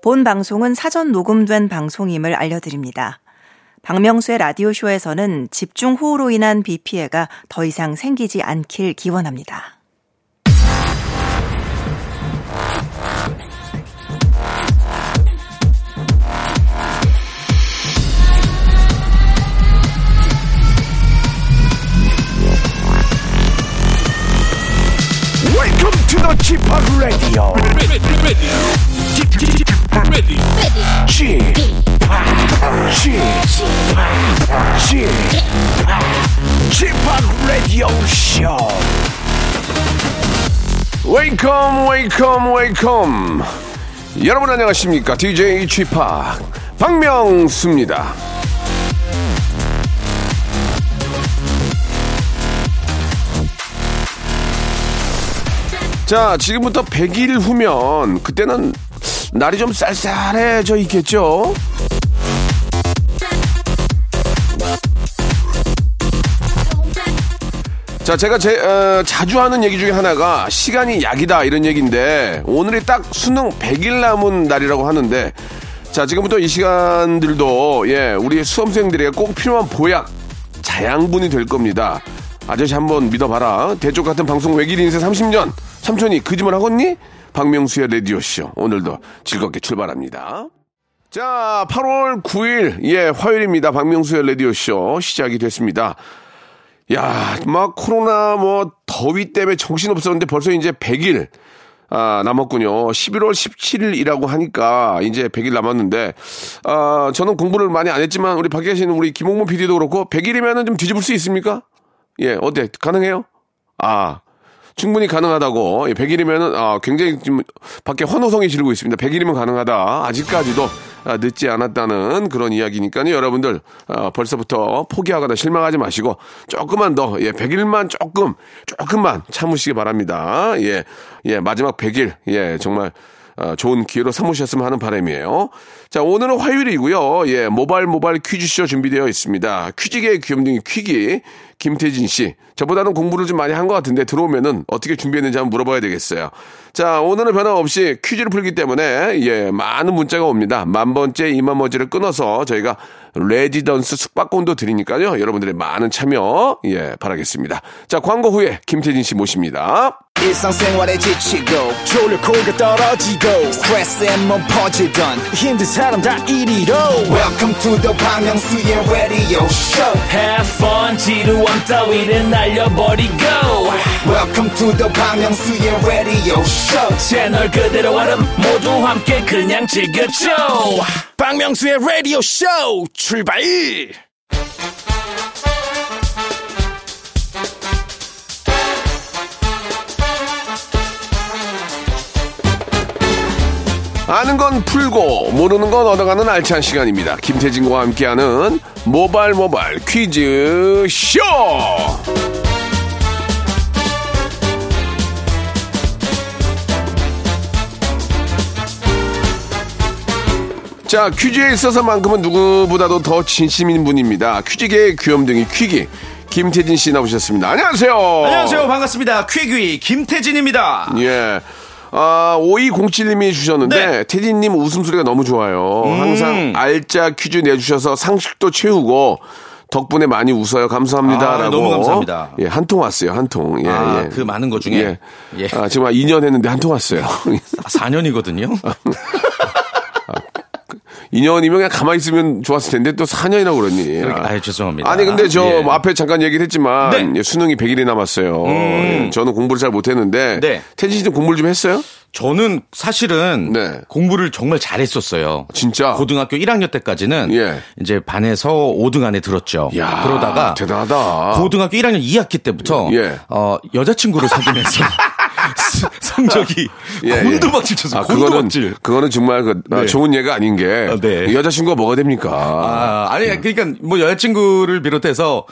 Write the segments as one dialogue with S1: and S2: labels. S1: 본 방송은 사전 녹음된 방송임을 알려드립니다. 박명수의 라디오쇼에서는 집중 호우로 인한 비 피해가 더 이상 생기지 않길 기원합니다.
S2: Welcome to the g p Hop Radio.
S3: ready, ready, ready,
S2: g p Hop, g p Hop, g p Hop, g p Hop Radio Show. Welcome, welcome, welcome. 여러분 안녕하십니까? DJ g p Hop 박명수입니다. 자, 지금부터 100일 후면 그때는 날이 좀 쌀쌀해져 있겠죠? 자, 제가 제, 어, 자주 하는 얘기 중에 하나가 시간이 약이다 이런 얘기인데 오늘이 딱 수능 100일 남은 날이라고 하는데 자, 지금부터 이 시간들도 예, 우리 수험생들에게 꼭 필요한 보약, 자양분이 될 겁니다. 아저씨 한번 믿어봐라. 대쪽 같은 방송 외길 인생 30년. 삼촌이 그짓을 하겠니? 박명수의 라디오쇼. 오늘도 즐겁게 출발합니다. 자, 8월 9일, 예, 화요일입니다. 박명수의 라디오쇼 시작이 됐습니다. 야, 막 코로나 뭐 더위 때문에 정신 없었는데 벌써 이제 100일 아, 남았군요. 11월 17일이라고 하니까 이제 100일 남았는데 아, 저는 공부를 많이 안 했지만 우리 밖에 계시는 우리 김홍문 PD도 그렇고 100일이면은 좀 뒤집을 수 있습니까? 예, 어때? 가능해요? 아, 충분히 가능하다고. 예, 100일이면은 아, 굉장히 지금 밖에 환호성이 지르고 있습니다. 100일이면 가능하다. 아직까지도 아, 늦지 않았다는 그런 이야기니까요. 여러분들 아, 벌써부터 포기하거나 실망하지 마시고 조금만 더 예, 100일만 조금 조금만 참으시기 바랍니다. 예. 예, 마지막 100일. 예, 정말 아, 좋은 기회로 삼으셨으면 하는 바람이에요. 자, 오늘은 화요일이고요. 예, 모발 모발 퀴즈쇼 준비되어 있습니다. 퀴즈계의 귀염둥이 퀴기 김태진 씨. 저보다는 공부를 좀 많이 한 것 같은데 들어오면은 어떻게 준비했는지 한번 물어봐야 되겠어요. 자, 오늘은 변함없이 퀴즈를 풀기 때문에 예, 많은 문자가 옵니다. 만 번째 이만머지를 끊어서 저희가 레지던스 숙박권도 드리니까요. 여러분들의 많은 참여 예, 바라겠습니다. 자, 광고 후에 김태진 씨 모십니다.
S4: 일상생활에 지치고, 졸려 코가 떨어지고, 스트레스에 몸 퍼지던, 힘든 사람 다 이리로. welcome to the Bang Myung-soo's radio show
S5: Have fun 지루한 따위를 날려버리고
S4: welcome to the Bang Myung-soo's radio show
S5: 채널 그대로 와름 모두 함께 그냥 즐겨줘
S2: 박명수의 라디오 쇼 출발! 아는 건 풀고 모르는 건 얻어가는 알찬 시간입니다. 김태진과 함께하는 모발 모발 퀴즈 쇼. 자 퀴즈에 있어서만큼은 누구보다도 더 진심인 분입니다. 퀴즈계의 귀염둥이 퀴기 김태진 씨 나오셨습니다. 안녕하세요.
S6: 어. 안녕하세요. 반갑습니다. 퀵위 김태진입니다.
S2: 예. 아, 5207님이 주셨는데,
S6: 네.
S2: 테디님 웃음소리가 너무 좋아요. 항상 알짜 퀴즈 내주셔서 상식도 채우고, 덕분에 많이 웃어요. 감사합니다.
S6: 아,
S2: 라고.
S6: 너무 감사합니다.
S2: 예, 한 통 왔어요. 한 통. 예,
S6: 아,
S2: 예.
S6: 그 많은 것 중에
S2: 예.
S6: 예.
S2: 아, 지금 한 2년 했는데 한 통 왔어요.
S6: 4년이거든요.
S2: 아, 2년이면 그냥 가만히 있으면 좋았을 텐데 또 4년이라고 그러니.
S6: 아, 죄송합니다.
S2: 그러니까. 아니 근데 저
S6: 예.
S2: 뭐 앞에 잠깐 얘기를 했지만
S6: 네. 음.
S2: 예, 수능이 100일이 남았어요. 예, 저는 공부를 잘 못했는데
S6: 네.
S2: 태진 씨도 공부를 좀 했어요?
S6: 저는 사실은
S2: 네.
S6: 공부를 정말 잘했었어요.
S2: 진짜?
S6: 고등학교 1학년 때까지는
S2: 예.
S6: 이제 반에서 5등 안에 들었죠.
S2: 야,
S6: 그러다가
S2: 대단하다.
S6: 고등학교 1학년 2학기 때부터
S2: 예.
S6: 어, 여자친구를 사귀면서 스- 성적이
S2: 예, 예.
S6: 곤두박질 쳤어요.
S2: 아, 그거는,
S6: 곤두박질.
S2: 그거는 정말 그, 아,
S6: 네.
S2: 좋은 예가 아닌 게
S6: 아, 네.
S2: 여자친구가 뭐가 됩니까?
S6: 아, 아니, 그러니까 뭐 여자친구를 비롯해서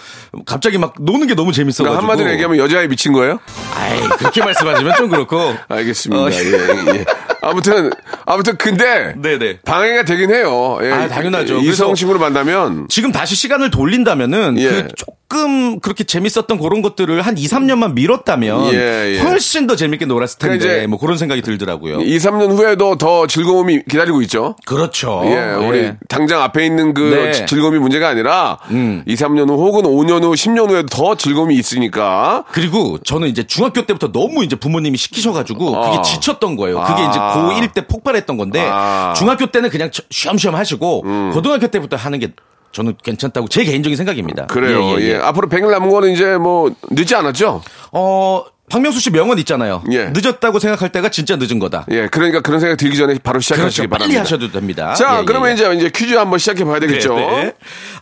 S6: 갑자기 막 노는 게 너무 재밌어가지고.
S2: 그러니까 한마디로 얘기하면 여자에 미친 거예요?
S6: 아이, 그렇게 말씀하시면 좀 그렇고.
S2: 알겠습니다.
S6: 어,
S2: 예, 예. 아무튼 아무튼 근데
S6: 네네.
S2: 방해가 되긴 해요. 예,
S6: 아, 당연하죠.
S2: 이성 친구를 만나면
S6: 지금 다시 시간을 돌린다면은
S2: 예.
S6: 그 조금 그렇게 재밌었던 그런 것들을 한 2, 3년만 미뤘다면
S2: 예, 예.
S6: 훨씬 더 재밌게 놀았을 텐데
S2: 그러니까 이제
S6: 뭐 그런 생각이 들더라고요.
S2: 2, 3년 후에도 더 즐거움이 기다리고 있죠.
S6: 그렇죠.
S2: 예, 우리
S6: 예.
S2: 당장 앞에 있는 그
S6: 네. 음.
S2: 지- 즐거움이 문제가 아니라 이 2, 3년 후 혹은 5년 후, 10년 후에도 더 즐거움이 있으니까.
S6: 그리고 저는 이제 중학교 때부터 너무 이제 부모님이 시키셔가지고
S2: 아.
S6: 그게 지쳤던 거예요. 그게 이제
S2: 아.
S6: 고1 때 폭발했던 건데
S2: 아. 음.
S6: 중학교 때는 그냥 저- 쉬엄쉬엄 하시고 고등학교 때부터 하는 게 저는 괜찮다고 제 개인적인 생각입니다.
S2: 그래요. 예, 앞으로 100일 남은 거는 이제 뭐 늦지 않았죠?
S6: 어, 박명수 씨 명언 있잖아요.
S2: 예.
S6: 늦었다고 생각할 때가 진짜 늦은 거다.
S2: 예, 그러니까 그런 생각 들기 전에 바로 시작하시기
S6: 그렇죠. 빨리
S2: 바랍니다.
S6: 하셔도 됩니다.
S2: 자,
S6: 예, 예,
S2: 그러면
S6: 예.
S2: 이제 이제 퀴즈 한번 시작해 봐야 되겠죠.
S6: 네, 네.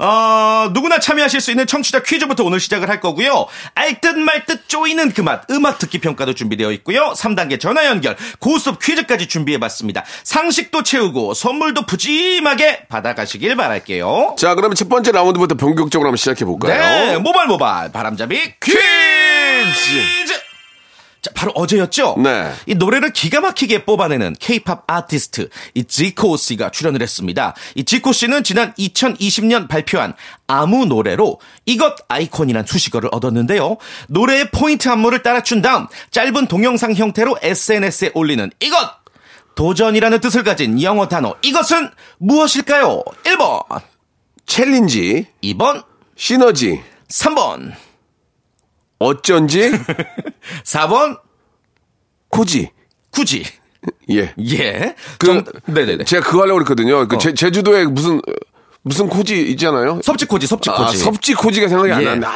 S6: 어, 누구나 참여하실 수 있는 청취자 퀴즈부터 오늘 시작을 할 거고요. 알듯 말듯 쪼이는 그 맛, 음악 듣기 평가도 준비되어 있고요. 3단계 전화 연결, 고스톱 퀴즈까지 준비해 봤습니다. 상식도 채우고 선물도 푸짐하게 받아가시길 바랄게요.
S2: 자, 그러면 첫 번째 라운드부터 본격적으로 한번 시작해
S6: 네,
S2: 볼까요?
S6: 모발 모발 바람잡이 퀴즈. 자, 바로 어제였죠?
S2: 네.
S6: 이 노래를 기가 막히게 뽑아내는 케이팝 아티스트 이 지코 씨가 출연을 했습니다. 이 지코 씨는 지난 2020년 발표한 아무 노래로 이것 아이콘이란 수식어를 얻었는데요. 노래의 포인트 안무를 따라춘 다음 짧은 동영상 형태로 SNS에 올리는 이것 도전이라는 뜻을 가진 영어 단어 이것은 무엇일까요? 1번,
S2: 챌린지,
S6: 2번,
S2: 시너지,
S6: 3번,
S2: 어쩐지,
S6: 4번
S2: 코지.
S6: 굳이
S2: 예.
S6: 예.
S2: 그,
S6: 정- 네네네. 어.
S2: 제가 그거 하려고 그랬거든요. 그 제, 제주도에 무슨, 무슨 코지 있잖아요.
S6: 섭지코지 섭지코지.
S2: 아, 섭지 코지가 생각이 안
S6: 예.
S2: 나는데. 아,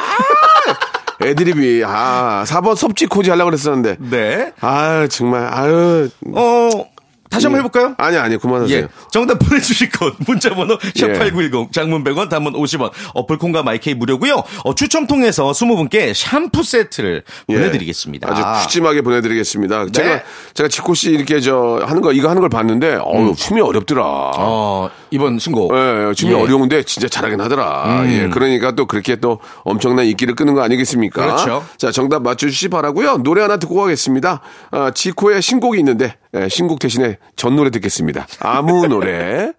S2: 애드립이, 아, 4번 섭지 코지 하려고 그랬었는데.
S6: 네.
S2: 아 정말, 아유.
S6: 어 다시 한번
S2: 예.
S6: 해볼까요?
S2: 아니, 아니, 그만하세요.
S6: 예. 정답 보내주실 것 문자번호 샵8910 장문 100원 단문 50원 어플콘과 마이케이 무료고요. 어, 추첨 통해서 20분께 샴푸 세트를
S2: 예.
S6: 보내드리겠습니다. 네.
S2: 아주
S6: 아.
S2: 푸짐하게 보내드리겠습니다. 제가 제가 지코 씨 이렇게 저 하는 거 이거 하는 걸 봤는데 어우 춤이 어렵더라.
S6: 음. 어, 이번 신곡.
S2: 예, 예, 춤이
S6: 예. 음.
S2: 어려운데 진짜 잘하긴 하더라. 예, 그러니까 또 그렇게 또 엄청난 인기를 끄는 거 아니겠습니까?
S6: 그렇죠.
S2: 자, 정답 맞춰주시 기 바라고요. 노래 하나 듣고 가겠습니다. 아, 지코의 신곡이 있는데 예, 신곡 대신에 전 노래 듣겠습니다. 아무 노래.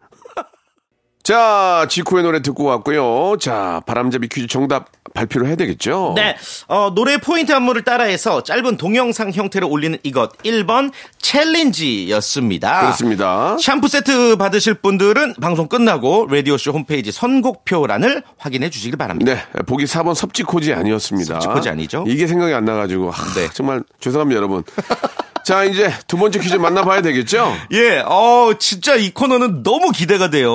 S2: 자, 지코의 노래 듣고 왔고요. 자, 바람잡이 퀴즈 정답 발표를 해야 되겠죠?
S6: 네. 어, 노래 포인트 안무를 따라해서 짧은 동영상 형태로 올리는 이것 1번 챌린지였습니다.
S2: 그렇습니다.
S6: 샴푸 세트 받으실 분들은 방송 끝나고 라디오쇼 홈페이지 선곡표란을 확인해 주시길 바랍니다.
S2: 네, 보기 4번 섭지코지 아니었습니다.
S6: 섭지코지 아니죠?
S2: 이게 생각이 안 나가지고. 하,
S6: 네.
S2: 정말 죄송합니다, 여러분. 자, 이제 두 번째 퀴즈 만나봐야 되겠죠?
S6: 예, 어, 진짜 이 코너는 너무 기대가 돼요.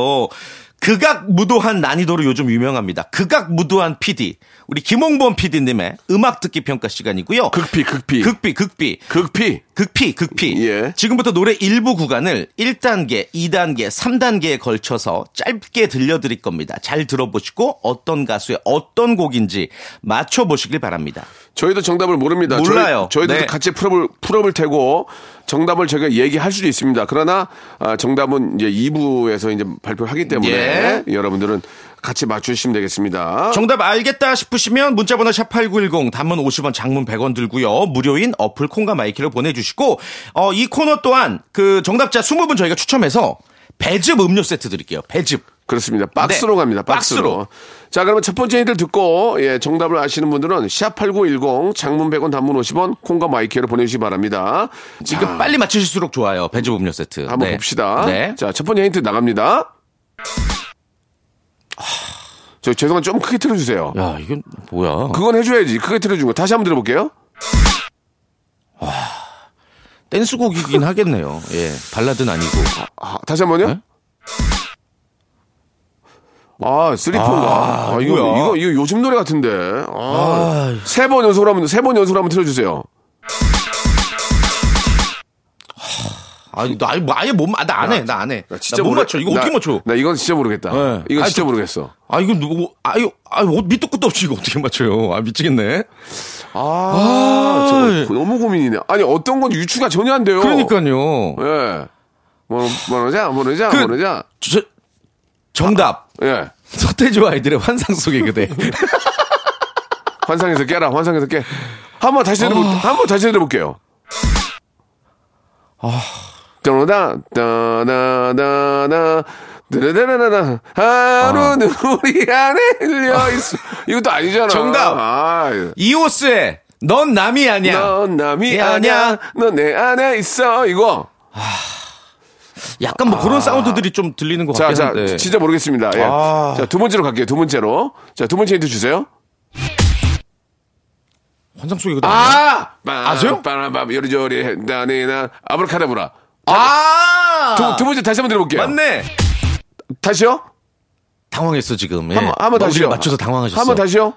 S6: 극악 무도한 난이도로 요즘 유명합니다. 극악 무도한 PD. 우리 김홍범 PD님의 음악 듣기 평가 시간이고요.
S2: 극비, 극비.
S6: 극비, 극비.
S2: 극비.
S6: 극피, 극피.
S2: 예.
S6: 지금부터 노래 일부 구간을 1단계, 2단계, 3단계에 걸쳐서 짧게 들려드릴 겁니다. 잘 들어보시고 어떤 가수의 어떤 곡인지 맞춰보시길 바랍니다.
S2: 저희도 정답을 모릅니다.
S6: 몰라요.
S2: 저희, 저희도
S6: 네.
S2: 같이 풀어볼, 풀어볼 테고, 정답을 저희가 얘기할 수도 있습니다. 그러나, 아, 정답은 이제 2부에서 이제 발표하기 때문에, 여러분들은 같이 맞추시면 되겠습니다.
S6: 예. 정답 알겠다 싶으시면 문자번호 샵8910 단문 50원 장문 100원 들고요. 무료인 어플 콩과 마이키로 보내주시고 어, 이 코너 또한 그 정답자 20분 저희가 추첨해서 배즙 음료 세트 드릴게요. 배즙.
S2: 그렇습니다. 박스로
S6: 네.
S2: 갑니다. 박스로.
S6: 박스로.
S2: 자, 그러면 첫 번째 힌트를 듣고 예, 정답을 아시는 분들은 샵8910 장문 100원 단문 50원 콩과 마이크로 보내주시기 바랍니다.
S6: 이거
S2: 자,
S6: 빨리 맞추실수록 좋아요. 배즙 음료 세트.
S2: 아. 한번
S6: 아, 네.
S2: 봅시다.
S6: 네.
S2: 자, 첫 번째 힌트 나갑니다. 저 죄송한 좀 크게 틀어주세요.
S6: 야, 이건 뭐야.
S2: 그건 해줘야지. 크게 틀어준 거. 다시 한번 들어볼게요.
S6: 댄스곡이긴 하겠네요. 예. 발라드는 아니고.
S2: 아, 다시 한 번요.
S6: 네?
S2: 아, 쓰리폰. 아, 이거,
S6: 뭐야.
S2: 이거, 이거 요즘 노래 같은데. 아, 세 번 연속으로 한번, 세 번 연속으로 한번 틀어주세요.
S6: 아니, 나 아예, 뭐 아예 못, 나 안 해. 나 안 해.
S2: 나
S6: 진짜 못
S2: 모르-
S6: 맞춰. 이거 어떻게
S2: 나-
S6: 맞춰?
S2: 나 이건 진짜 모르겠다.
S6: 네.
S2: 이건
S6: 아,
S2: 진짜
S6: 저-
S2: 모르겠어.
S6: 아, 이거 누구, 아유, 아유, 밑도 끝도 없이 이거 어떻게 맞춰요. 아, 미치겠네.
S2: 아, 저거 너무 고민이네. 아니 어떤 건 유추가 전혀 안 돼요.
S6: 그러니까요.
S2: 예. 뭐 모르자 모르자
S6: 그-
S2: 모르자.
S6: 저- 정답.
S2: 예.
S6: 서태지와 아이들의 환상 속의 그대.
S2: 환상에서 깨라. 환상에서 깨. 한번 다시 들어
S6: 아.
S2: 한번 다시 들어볼게요. 아. 따나다따나다나 드르르르르
S6: 아.
S2: 하루 눈물이 안에 흘려 있어. 이것도 아니잖아.
S6: 정답.
S2: 아,
S6: 이오스의 넌 남이 아니야.
S2: 넌 남이
S6: 예,
S2: 아냐.
S6: 아냐.
S2: 넌 내 안에 있어. 이거.
S6: 약간 뭐 그런 사운드들이 좀 들리는 것
S2: 아. 자,
S6: 같긴
S2: 자,
S6: 한데.
S2: 진짜 모르겠습니다. 예.
S6: 아.
S2: 자, 두 번째로 갈게요. 두 번째로. 자, 두 번째 힌트 주세요.
S6: 환상 속이거든요.
S2: 아!
S6: 아세요?
S2: 빠라밤, 요리조리, 나네나, 아브라카다브라.
S6: 아!
S2: 두, 두 번째 다시 한번 들어볼게요.
S6: 맞네.
S2: 다시요?
S6: 당황했어 지금. 예.
S2: 한 번, 한번
S6: 머리를
S2: 다시요.
S6: 맞춰서 당황하셨어.
S2: 한번 다시요?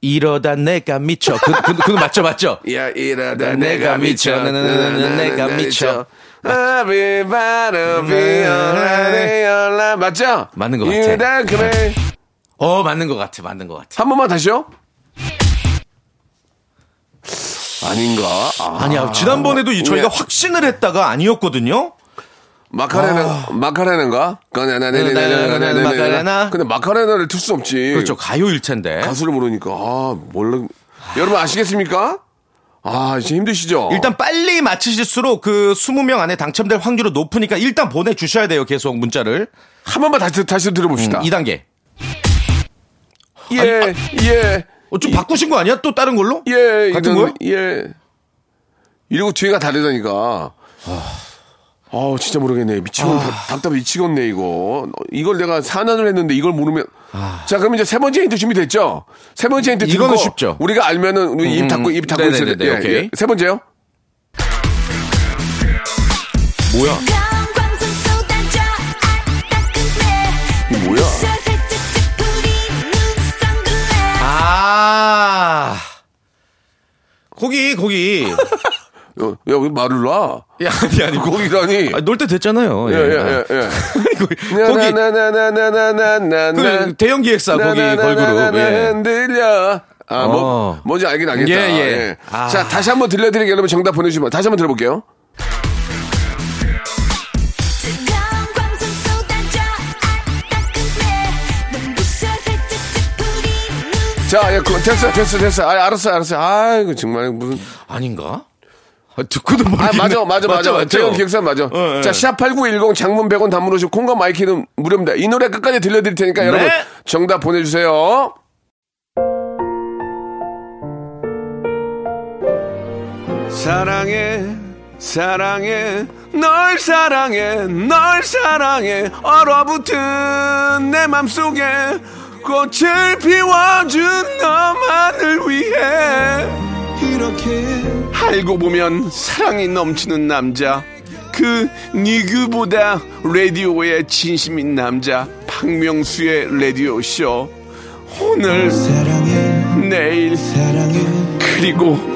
S6: 이러다 내가 미쳐. 그, 그, 그거 맞죠, 맞죠?
S2: 야, 이러다
S6: 내가 미쳐. 네, 나나나나,
S2: 네,
S6: 내가 미쳐. 네.
S2: I'll 바로 비올라, 맞죠?
S6: 맞는 것 같아.
S2: 이러다 그래.
S6: 어, 맞는 것 같아, 맞는 것 같아.
S2: 한 번만 다시요? 아닌가? 아,
S6: 아니야, 지난번에도 이 저희가
S2: 예.
S6: 확신을 했다가 아니었거든요?
S2: 마카레나, 마카레나인가?
S6: 마카레나, 마카레나.
S2: 근데 마카레나를 틀 수 없지.
S6: 그렇죠, 가요일텐데.
S2: 예. 가수를 모르니까 아 몰라 여러분 아시겠습니까? 아 이제 힘드시죠?
S6: 일단 빨리 맞히실수록 그 20명 안에 당첨될 확률이 높으니까 일단 보내주셔야 돼요, 계속 문자를.
S2: 한 번만 다시 다시 들어봅시다.
S6: 이 2단계.
S2: 음. 예
S6: 아니,
S2: 예.
S6: 어, 좀 바꾸신 거 아니야? 또 다른 걸로?
S2: 예
S6: 같은
S2: 이건,
S6: 거요?
S2: 예. 이러고 뒤에가 다르다니까.
S6: 아.
S2: 아우 진짜 모르겠네. 미치겠네. 답답해 미치겠네 이거. 이걸 내가 산안을 했는데 이걸 모르면. 자 그럼 이제 세 번째 힌트 준비됐죠? 세 번째 힌트 듣고
S6: 아. 이거는 쉽죠. 음,
S2: 우리가 알면은 우리 입 닫고 입 닫고 있어야 돼.
S6: 네네네네,
S2: 예,
S6: 오케이.
S2: 예. 세 번째요?
S6: 뭐야?
S7: 건광선 쏟아져 아 따끔해
S2: 이 뭐야?
S7: 살짝 뿌리는 선글라스
S6: 아. 거기, 거기.
S2: 야, 야, 왜 말을 놔?
S6: 야, 예, 아니, 아니, 거기.
S2: 거기라니.
S6: 아, 놀 때 됐잖아요. 예.
S2: 예예예. 네, 예,
S6: 거기, 거기
S2: 나나나나나나나나
S6: 그 대형 기획사
S2: 네,
S6: 거기 걸그룹. 예.
S2: 흔들려. 아, 뭐,
S6: 어.
S2: 뭔지 알긴 알겠다.
S6: 예, 예.
S2: 예.
S6: 아.
S2: 자, 다시 한번 들려드리게 여러분 정답 보내주시면 다시 한번 들어볼게요.
S7: 건광선 쏟아져 아 따끔해 눈부셔 살짝 뿌리는
S2: 자, 예, 그, 됐어, 됐어, 됐어. 아, 알았어, 알았어. 아이고, 정말 무슨.
S6: 아닌가? 아, 듣고도 모르겠네.
S2: 아, 맞아, 맞아, 맞아.
S6: 맞죠?
S2: 대형 기획사 맞아.
S6: 어, 예.
S2: 자, 샵8910 장문 100원 단문 오시고 콩과 마이키는 무료입니다. 이 노래 끝까지 들려드릴 테니까
S6: 네.
S2: 여러분 정답 보내주세요. 사랑해, 사랑해, 널 사랑해, 널 사랑해, 얼어붙은 내 맘속에 꽃을 피워준 너만을 위해. 이렇게 알고 보면 사랑이 넘치는 남자 그 니그보다 라디오에 진심인 남자 박명수의 라디오 쇼 오늘 내일 그리고
S6: 네.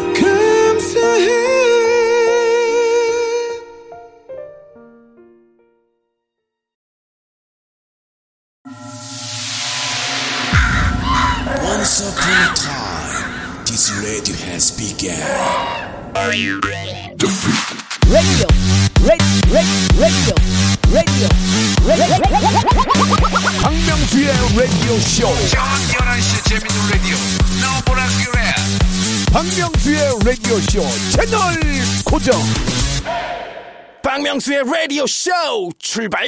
S5: 박명수의 라디오 쇼 출발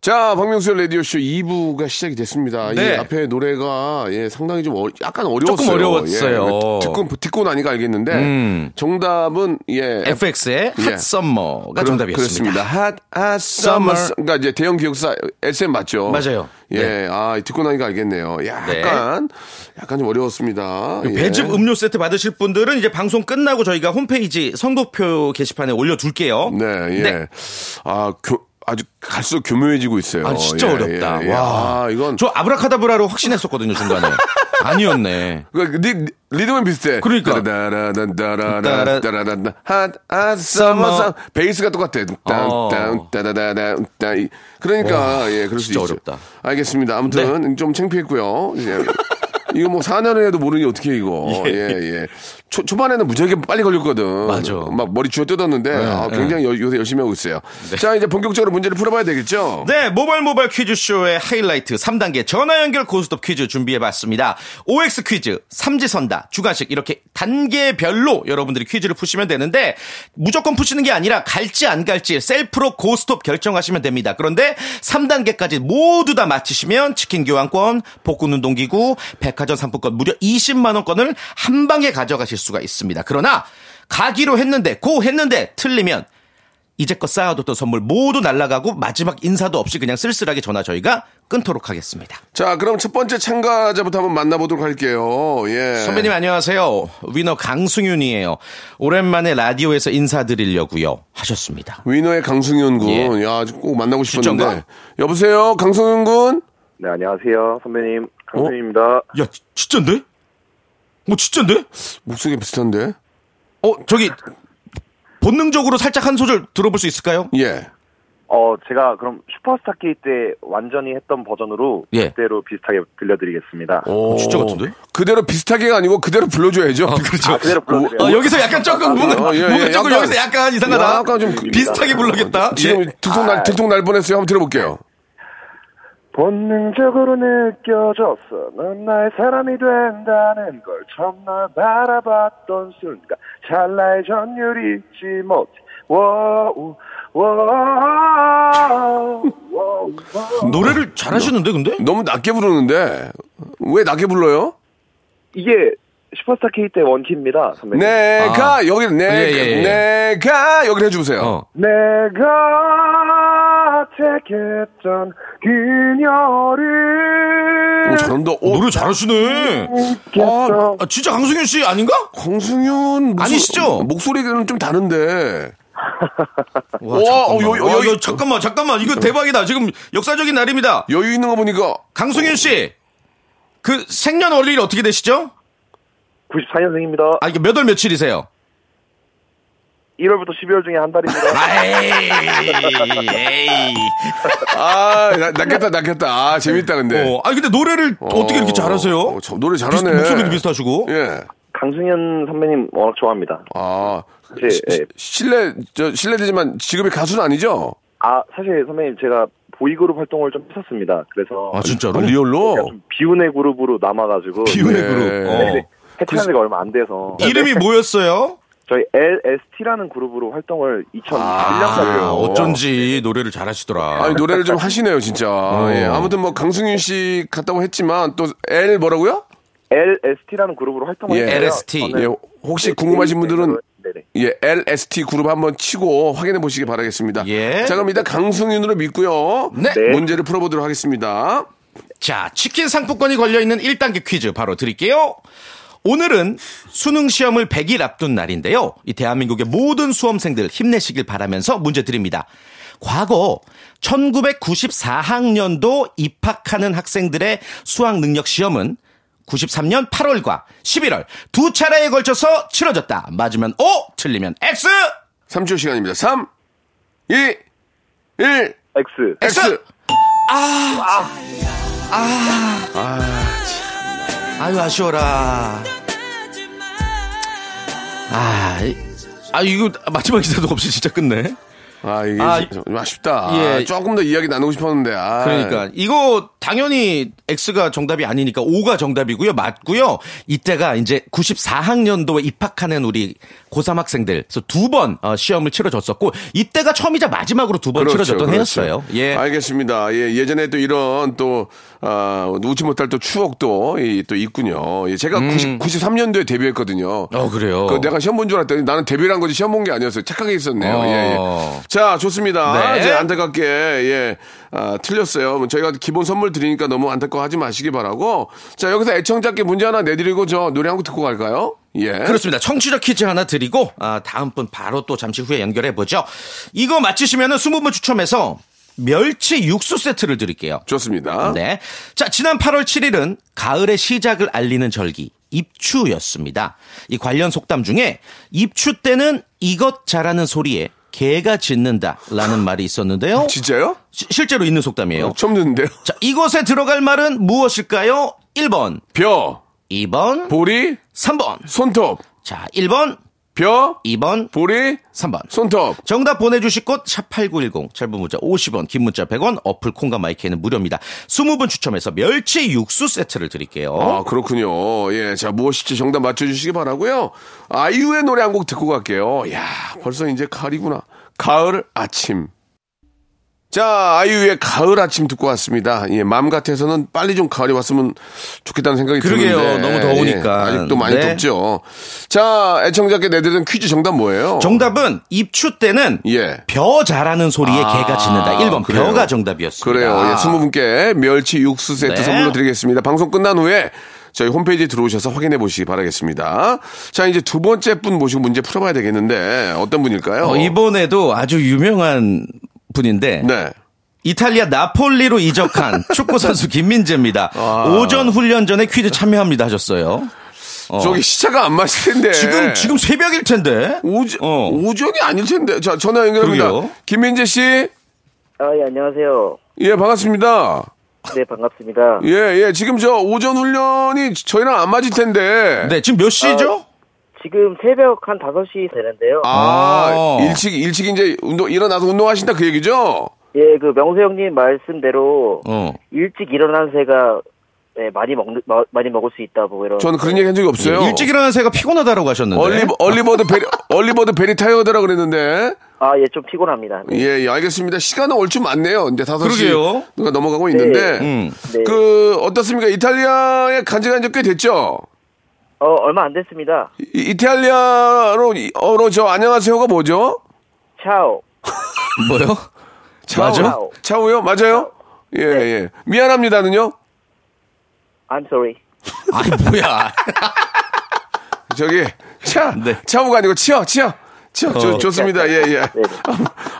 S2: 자 박명수의 라디오 쇼 2부가 시작이 됐습니다. 이
S6: 네.
S2: 앞에 노래가 예, 상당히 좀 어- 약간 어려웠어요.
S6: 조금 어려웠어요.
S2: 예, 듣고 듣고 나니까 알겠는데
S6: 음.
S2: 정답은 예
S6: FX의
S2: 예.
S6: 핫 썸머가 정답이었습니다.
S2: 그렇습니다. 핫, 핫, 썸머.
S6: Summer.
S2: 그러니까 이제 대형 기획사 SM 맞죠?
S6: 맞아요.
S2: 예,
S6: 네.
S2: 아, 듣고 나니까 알겠네요. 약간, 약간 좀 어려웠습니다. 예.
S6: 그 배즙 음료 세트 받으실 분들은 이제 방송 끝나고 저희가 홈페이지 선곡표 게시판에 올려둘게요.
S2: 네, 예.
S6: 네.
S2: 아, 교, 아주 갈수록 교묘해지고 있어요.
S6: 아 진짜
S2: 예,
S6: 어렵다.
S2: 예, 예.
S6: 와,
S2: 아, 이건.
S6: 저 아브라카다브라로 확신했었거든요 중간에. 아니었네.
S2: 그러니까 리, 리듬은 비슷해.
S6: 그러니까.
S2: 따라라라라라라, 따라라라, 핫, 핫, 썸머, 썸. 베이스가 똑같아.
S6: 어.
S2: 딴, 딴, 따다다다, 딴. 이- 그러니까, 예, 그럴 수
S6: 진짜
S2: 있죠.
S6: 어렵다. 네.
S2: 알겠습니다. 아무튼 좀 창피했고요. 예. 이거 뭐 4년을 해도 모르니 어떻게 이거. 예, 예. 초, 초반에는 무지하게 빨리 걸렸거든.
S6: 맞아. 네,
S2: 막 머리 쥐어 뜯었는데 아, 굉장히 여- 요새 열심히 하고 있어요. 자, 이제 본격적으로 문제를 풀어봐야 되겠죠?
S6: 네, 모발 모발 퀴즈쇼의 하이라이트 3단계 전화 연결 고스톱 퀴즈 준비해봤습니다. OX 퀴즈, 삼지선다, 주간식 이렇게 단계별로 여러분들이 퀴즈를 푸시면 되는데 무조건 푸시는 게 아니라 갈지 안 갈지 셀프로 고스톱 결정하시면 됩니다. 그런데 3단계까지 모두 다 마치시면 치킨 교환권, 복근 운동기구, 백화점 상품권 무려 20만 원권을 한 방에 가져가실 수가 있습니다. 그러나 가기로 했는데 고 했는데 틀리면 이제껏 쌓아뒀던 선물 모두 날라가고 마지막 인사도 없이 그냥 쓸쓸하게 전화 저희가 끊도록 하겠습니다.
S2: 자, 그럼 첫 번째 참가자부터 한번 만나보도록 할게요. 예.
S6: 선배님 안녕하세요. 위너 강승윤이에요. 오랜만에 라디오에서 인사드리려고요. 하셨습니다.
S2: 위너의 강승윤
S6: 예.
S2: 군. 야, 꼭 만나고 싶었는데.
S6: 실전가?
S2: 여보세요, 강승윤 군?
S8: 네, 안녕하세요. 선배님, 강승입니다.
S6: 야 지- 진짠데? 뭐 진짠데?
S2: 목소리 비슷한데?
S6: 어 저기 본능적으로 살짝 한 소절 들어볼 수 있을까요?
S2: 예.
S8: 어, 제가 그럼 슈퍼스타 K 때 완전히 했던 버전으로
S6: 예.
S8: 그대로 비슷하게 들려드리겠습니다.
S2: 오,
S6: 어, 진짜 같은데?
S2: 그대로 비슷하게가 아니고 그대로 불러줘야죠.
S6: 그렇죠.
S8: 아, 그대로
S6: 어,
S8: 불러드려요.
S6: 여기서 약간 조금 뭔가,
S2: 어, 예, 예.
S6: 뭔가 조금
S2: 약간-
S6: 여기서 약간 이상하다.
S2: 약간 좀 그-
S6: 비슷하게 불러겠다.
S2: 지금
S6: 예.
S2: 들통
S8: 아.
S2: 날, 들통 날 뻔했어요. 한번 들어볼게요.
S8: 본능적으로 느껴졌어. 넌 나의 사람이 된다는 걸 처음 날 바라봤던 순간. 찰나의 전율이 잊지 못해. 워우, 워우, 워우, 워우.
S6: 노래를 잘하시는데 근데?
S2: 너무 낮게 부르는데 왜 낮게 불러요?
S8: 이게 슈퍼스타 K 때 원키입니다, 선배님.
S2: 네. 내가 여기 내가
S6: 예, 예, 예.
S2: 내가 여기 해주세요.
S6: 어.
S8: 내가 택했던
S2: 오,
S8: 그녀를
S2: 그, 잘한다. 오,
S6: 노래 잘하시네.
S8: 깼어.
S6: 아, 진짜 강승윤 씨 아닌가?
S2: 강승윤 목소-
S6: 아니시죠?
S2: 목소리는 좀 다른데. 와,
S6: 와, 잠깐만.
S2: 어, 여- 여-
S6: 와,
S2: 여기-
S6: 야, 잠깐만, 잠깐만. 이거 대박이다. 지금 역사적인 날입니다.
S2: 여유 있는 거 보니까
S6: 강승윤 씨. 그 생년월일이 어떻게 되시죠?
S8: 94년생입니다.
S6: 아, 이게 몇 월 며칠이세요?
S8: 1월부터 12월 중에 한 달입니다.
S6: 에이, 에이.
S2: 아 나- 낫겠다 낫겠다. 아 재밌다 근데.
S6: 어, 아니, 근데 노래를 어, 떻게 이렇게 잘하세요?
S2: 어, 저 노래
S6: 비슷-
S2: 잘하네.
S6: 목소리도 비슷하시고.
S2: 예.
S8: 강승현 선배님 워낙 좋아합니다.
S2: 아
S8: 예,
S2: 시-
S8: 예.
S2: 시- 실례 저 실례되지만 지금이 가수는 아니죠?
S8: 아 사실 선배님 제가 보이그룹 활동을 좀 했었습니다. 그래서
S6: 아, 진짜로?
S2: 아, 리얼로.
S8: 좀 비운의 그룹으로 남아가지고
S2: 네.
S6: 비운의 그룹.
S2: 네.
S6: 어.
S8: 해체한 지가 얼마 안 돼서
S6: 이름이 뭐였어요?
S8: 저희 LST라는 그룹으로 활동을 2021년까지
S2: 그래요?
S6: 아, 어쩐지 노래를 잘하시더라.
S2: 아니 노래를 좀 하시네요 진짜.
S6: 어.
S2: 예. 아무튼 뭐 강승윤 씨 같다고 했지만 또 L 뭐라고요?
S8: LST라는 그룹으로 활동을
S2: 예.
S8: 했어요.
S6: LST.
S8: 저는
S2: 예, 혹시
S8: 네,
S2: 궁금하신
S8: 네,
S2: 분들은
S8: 네, 네.
S2: 예, LST 그룹 한번 치고 확인해 보시기 바라겠습니다.
S6: 예.
S2: 자, 그럼 일단 강승윤으로 믿고요.
S6: 네.
S8: 네.
S2: 문제를 풀어보도록 하겠습니다.
S6: 자, 치킨 상품권이 걸려있는 1단계 퀴즈 바로 드릴게요. 오늘은 수능 시험을 100일 앞둔 날인데요. 이 대한민국의 모든 수험생들 힘내시길 바라면서 문제 드립니다. 과거 1994학년도 입학하는 학생들의 수학 능력 시험은 93년 8월과 11월 두 차례에 걸쳐서 치러졌다. 맞으면 O, 틀리면 X!
S2: 3초 시간입니다. 3, 2, 1,
S8: X.
S2: X!
S6: X. 아유, 아쉬워라. 아, 이- 아, 이거 마지막 기사도 없이 진짜 끝내.
S2: 아, 이게
S6: 아,
S2: 좀 아쉽다.
S6: 예.
S2: 아, 조금 더 이야기 나누고 싶었는데. 아.
S6: 그러니까 이거 당연히 X가 정답이 아니니까 O가 정답이고요. 맞고요. 이때가 이제 94학년도에 입학하는 우리 고3 학생들 그래서 두 번 어, 시험을 치러졌었고 이때가 처음이자 마지막으로 두 번 치러졌던
S2: 그렇죠.
S6: 해였어요. 예.
S2: 알겠습니다. 예, 예전에 또 이런 또, 아, 우지 못할 또 추억도 이, 또 있군요. 예, 제가 90, 93년도에 데뷔했거든요.
S6: 음. 어, 그래요.
S2: 그 내가 시험 본 줄 알았더니 나는 데뷔를 한 거지 시험 본 게 아니었어요. 착하게 있었네요.
S6: 어.
S2: 예, 예. 자, 좋습니다.
S6: 네.
S2: 이제 안타깝게, 예, 아, 틀렸어요. 뭐 저희가 기본 선물 드리니까 너무 안타까워 하지 마시기 바라고. 자, 여기서 애청자께 문제 하나 내드리고 저 노래 한 곡 듣고 갈까요? 예.
S6: 그렇습니다. 청취자 퀴즈 하나 드리고 아, 다음 분 바로 또 잠시 후에 연결해 보죠. 이거 맞히시면은 20분 추첨해서 멸치 육수 세트를 드릴게요.
S2: 좋습니다.
S6: 네. 자, 지난 8월 7일은 가을의 시작을 알리는 절기 입추였습니다. 이 관련 속담 중에 입추 때는 이것 잘하는 소리에 개가 짖는다라는
S2: 아,
S6: 말이 있었는데요.
S2: 진짜요?
S6: 시- 실제로 있는 속담이에요.
S2: 처음 듣는데요.
S6: 자, 이곳에 들어갈 말은 무엇일까요? 1번,
S2: 벼,
S6: 2번,
S2: 보리,
S6: 3번.
S2: 손톱.
S6: 자, 1번,
S2: 벼,
S6: 2번,
S2: 보리,
S6: 3번.
S2: 손톱.
S6: 정답 보내주실 곳, 샵8910, 짧은 문자 50원, 긴 문자 100원, 어플 콩과 마이크는 무료입니다. 20분 추첨해서 멸치 육수 세트를 드릴게요.
S2: 아, 그렇군요. 예, 자, 무엇일지 정답 맞춰주시기 바라고요 아이유의 노래 한 곡 듣고 갈게요. 야 벌써 이제 가을이구나. 가을 아침. 자, 아이유의 가을 아침 듣고 왔습니다. 예, 마음 같아서는 빨리 좀 가을이 왔으면 좋겠다는 생각이
S6: 그러게요.
S2: 드는데.
S6: 너무 더우니까.
S2: 예, 아직도 많이
S6: 네.
S2: 덥죠. 자, 애청자께 내드린 퀴즈 정답 뭐예요?
S6: 정답은 입추 때는
S2: 어. 예.
S6: 벼 자라는 소리에
S2: 아,
S6: 개가 짖는다. 1번
S2: 그래요?
S6: 벼가 정답이었습니다.
S2: 그래요. 예, 20분께 멸치 육수 세트
S6: 네.
S2: 선물로 드리겠습니다. 방송 끝난 후에 저희 홈페이지 들어오셔서 확인해 보시기 바라겠습니다. 자, 이제 두 번째 분 모시고 문제 풀어봐야 되겠는데 어떤 분일까요?
S6: 어, 이번에도 아주 유명한 분인데
S2: 네.
S6: 이탈리아 나폴리로 이적한 축구 선수 김민재입니다.
S2: 아.
S6: 오전 훈련 전에 퀴즈 참여합니다 하셨어요. 어.
S2: 저기 시차가 안 맞을 텐데.
S6: 지금 지금 새벽일
S2: 네.
S6: 텐데.
S2: 오전,
S6: 어.
S2: 오전이 아닐 텐데. 자, 전화 연결합니다.
S6: 그러게요.
S2: 김민재 씨.
S9: 아, 예, 안녕하세요.
S2: 예, 반갑습니다.
S9: 네, 반갑습니다.
S2: 예, 예. 지금 저 오전 훈련이 저희랑 안 맞을 텐데.
S6: 네, 지금 몇 시죠?
S9: 지금 새벽 한 5시 되는데요.
S2: 아,
S6: 아.
S2: 일찍, 일찍 이제 운동, 일어나서 운동하신다 그 얘기죠?
S9: 예, 그 명수 형님 말씀대로
S2: 아.
S6: 어.
S9: 일찍 일어난 새가 예, 많이 먹는 마- 많이 먹을 수 있다고 이런.
S2: 저는 그런 얘기 한 적이 없어요.
S6: 예, 일찍 일어나는 새가 피곤하다라고 하셨는데.
S2: 얼리 얼리버드 베리 얼리버드 베리 타이어드라 그랬는데
S9: 아, 예, 좀 피곤합니다. 네.
S2: 예, 예, 알겠습니다. 시간은 얼추 많네요. 이제 다섯 시
S6: 그러게요.
S2: 누가 넘어가고 있는데
S6: 음.
S9: 네.
S2: 그 어떻습니까? 이탈리아에 간지간 지꽤 됐죠.
S9: 어, 얼마 안 됐습니다.
S2: 이, 탈리아로 어로 저 안녕하세요가 뭐죠?
S9: 차오.
S6: 뭐요? 맞아?
S9: 차오.
S2: 차우요? 맞아요? 예,
S9: 네.
S2: 예. 미안합니다는요.
S9: I'm sorry.
S6: 아니 뭐야.
S2: 저기 차
S6: 네.
S2: 차우가 아니고 치어 치어 치어 좋-
S6: 어.
S2: 좋습니다 예 예
S9: 네,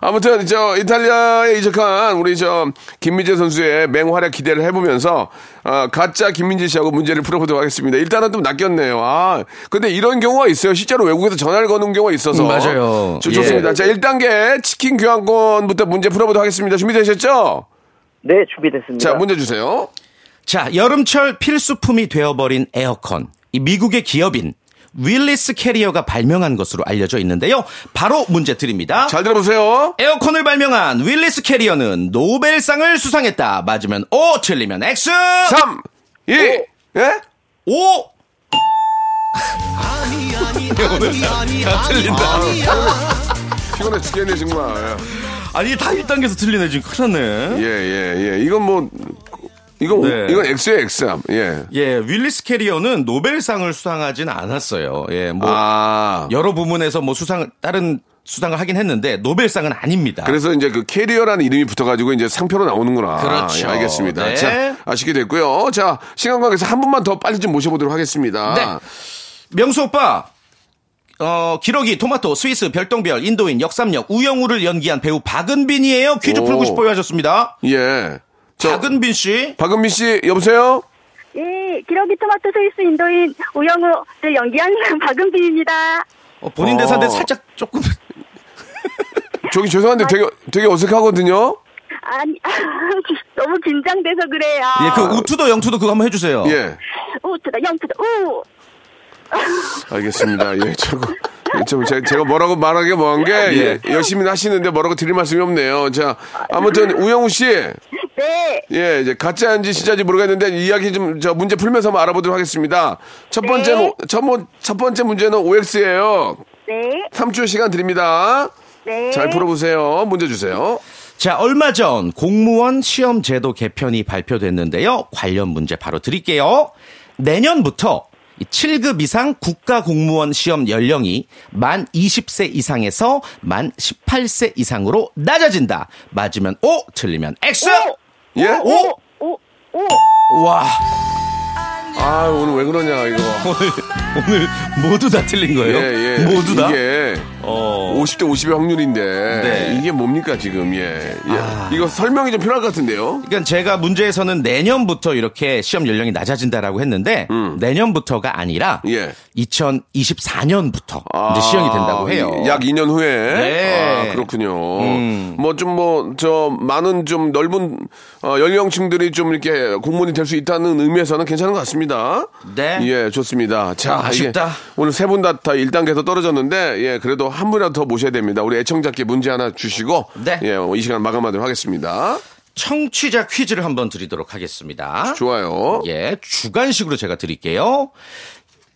S2: 아무튼 저 이탈리아에 이적한 우리 저 김민재 선수의 맹활약 기대를 해보면서 아, 가짜 김민재 씨하고 문제를 풀어보도록 하겠습니다 일단은 좀 낚였네요 아 근데 이런 경우가 있어요 실제로 외국에서 전화를 거는 경우가 있어서
S6: 음, 맞아요.
S2: 좋,
S6: 예.
S2: 좋습니다 자 1단계 치킨 교환권부터 문제 풀어보도록 하겠습니다 준비되셨죠
S9: 네, 준비됐습니다.
S2: 자 문제 주세요
S6: 자, 여름철 필수품이 되어버린 에어컨. 이 미국의 기업인 윌리스 캐리어가 발명한 것으로 알려져 있는데요. 바로 문제 드립니다.
S2: 잘 들어보세요
S6: 에어컨을 발명한 윌리스 캐리어는 노벨상을 수상했다. 맞으면 O, 틀리면 X.
S2: 3 2 예?
S6: 오
S2: 피곤해 죽겠네 정말
S6: 아니, 다 1단계에서 틀리네. 지금 큰일 났네.
S2: 예, 예, 예. 이건 뭐, 이건,
S6: 네.
S2: 이건 X에요, X. 예.
S6: 예, 윌리스 캐리어는 노벨상을 수상하진 않았어요. 예, 뭐,
S2: 아.
S6: 여러 부문에서 뭐 수상을, 다른 수상을 하긴 했는데, 노벨상은 아닙니다.
S2: 그래서 이제 그 캐리어라는 이름이 붙어가지고 이제 상표로 나오는구나.
S6: 그렇죠.
S2: 예, 알겠습니다.
S6: 네.
S2: 자, 아시게 됐고요. 자, 시간 관계에서 한 분만 더 빨리 좀 모셔보도록 하겠습니다.
S6: 네. 명수 오빠. 어, 기러기, 토마토, 스위스, 별똥별, 인도인, 역삼역, 우영우를 연기한 배우 박은빈이에요. 퀴즈
S2: 오.
S6: 풀고 싶어요 하셨습니다.
S2: 예. 저,
S6: 네. 박은빈 씨.
S2: 박은미 씨, 여보세요?
S10: 예, 기러기 토마토 스위스 인도인 우영우를 연기한 박은빈입니다.
S6: 어, 본인
S2: 어.
S6: 대사인데 살짝 조금. 예,
S2: 저기 죄송한데 되게, 되게 어색하거든요?
S10: 아니, 너무 긴장돼서 그래요.
S6: 예, 그 우투도 영투도 그거 한번 해주세요.
S2: 예.
S10: 우트다, 영트다, 우!
S2: 알겠습니다. 예, 저거. 예, 좀 제, 제가 뭐라고 말하기 뭐한 게, 예, 열심히 하시는데 뭐라고 드릴 말씀이 없네요. 자, 아무튼, 우영우 씨.
S10: 네,
S2: 예, 이제 가짜인지 진짜인지 모르겠는데 이야기 좀 저 문제 풀면서 한번 알아보도록 하겠습니다. 첫
S10: 네.
S2: 번째는 오- 첫, 번- 첫 번째 문제는 OX예요.
S10: 네,
S2: 3초 시간 드립니다.
S10: 네.
S2: 잘 풀어보세요. 문제 주세요.
S6: 자, 얼마 전 공무원 시험 제도 개편이 발표됐는데요. 관련 문제 바로 드릴게요. 내년부터 7급 이상 국가 공무원 시험 연령이 만 20세 이상에서 만 18세 이상으로 낮아진다. 맞으면 O, 틀리면 X.
S2: 예?
S6: 오!
S10: 오, 오!
S6: 와,
S2: 아 오늘 왜 그러냐 이거.
S6: 오늘, 오늘 네. 모두 다 틀린 거예요. 모두 다.
S2: 예, 이게
S6: 어,
S2: 50대 50의 확률인데
S6: 네. 아.
S2: 이게 뭡니까 지금 예, 예. 이거 설명이 좀 필요할 것 같은데요.
S6: 그러니까 제가 문제에서는 내년부터 이렇게 시험 연령이 낮아진다라고 했는데 내년부터가 아니라
S2: 예. 아,
S6: 2024년부터 이제 시험이 된다고 해요.
S2: 약 2년 후에.
S6: 네.
S2: 아, 그렇군요.
S6: 음.
S2: 뭐 좀 뭐 저 많은 좀 넓은 어, 연령층들이 좀 이렇게 공무원이 될 수 있다는 의미에서는 괜찮은 것 같습니다.
S6: 네.
S2: 예, 좋습니다. 자,
S6: 아, 아쉽다.
S2: 이게 오늘 세 분 다 다 1단계에서 떨어졌는데 예, 그래도 한 분이라도 더 모셔야 됩니다. 우리 애청자께 문제 하나 주시고
S6: 네.
S2: 예, 이 시간 마감하도록 하겠습니다.
S6: 청취자 퀴즈를 한번 드리도록 하겠습니다.
S2: 좋아요.
S6: 예, 주간식으로 제가 드릴게요.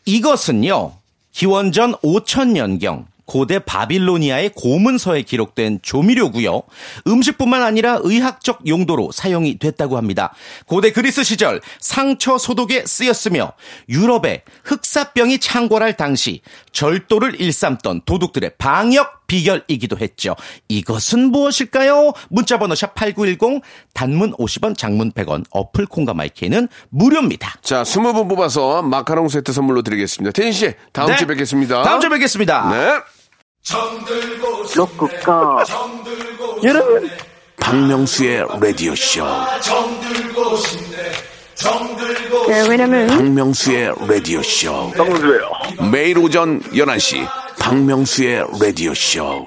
S6: 이것은요, 기원전 5000년경 고대 바빌로니아의 고문서에 기록된 조미료고요. 음식뿐만 아니라 의학적 용도로 사용이 됐다고 합니다. 고대 그리스 시절 상처 소독에 쓰였으며 유럽에 흑사병이 창궐할 당시 절도를 일삼던 도둑들의 방역 비결이기도 했죠. 이것은 무엇일까요? 문자번호 샵 8910 단문 50원 장문 100원 어플 콩과 마이크는 무료입니다.
S2: 자, 20분 뽑아서 마카롱 세트 선물로 드리겠습니다. 태진 씨, 다음
S6: 네.
S2: 주에 뵙겠습니다.
S6: 다음 주에 뵙겠습니다.
S2: 네.
S4: 여러분
S2: 박명수의 라디오 쇼.
S10: 네, 왜냐면
S2: 박명수의 라디오 쇼.
S8: 박명수예요.
S2: 매일 오전 11시 박명수의 라디오 쇼.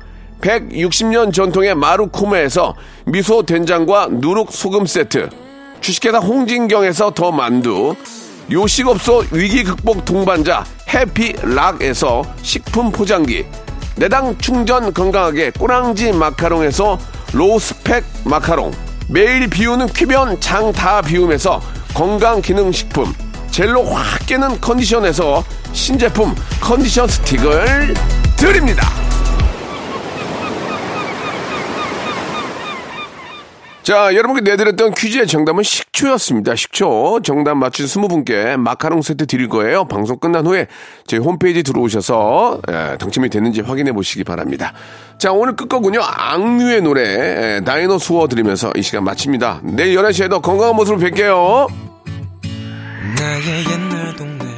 S2: 160년 전통의 마루코메에서 미소 된장과 누룩 소금 세트, 주식회사 홍진경에서 더 만두, 요식업소 위기 극복 동반자 해피락에서 식품 포장기, 내당 충전 건강하게 꼬랑지 마카롱에서 로스펙 마카롱 매일 비우는 퀴변 장 다 비움에서 건강기능식품 젤로 확 깨는 컨디션에서 신제품 컨디션 스틱을 드립니다 자, 여러분께 내드렸던 퀴즈의 정답은 식초였습니다. 식초. 정답 맞힌 20분께 마카롱 세트 드릴 거예요. 방송 끝난 후에 저희 홈페이지 들어오셔서 예, 당첨이 됐는지 확인해 보시기 바랍니다. 자, 오늘 끝거군요. 악뮤의 노래 예, 다이노 수어 들으면서 이 시간 마칩니다. 내일 11시에도 건강한 모습으로 뵐게요.
S4: 나의 옛날 동네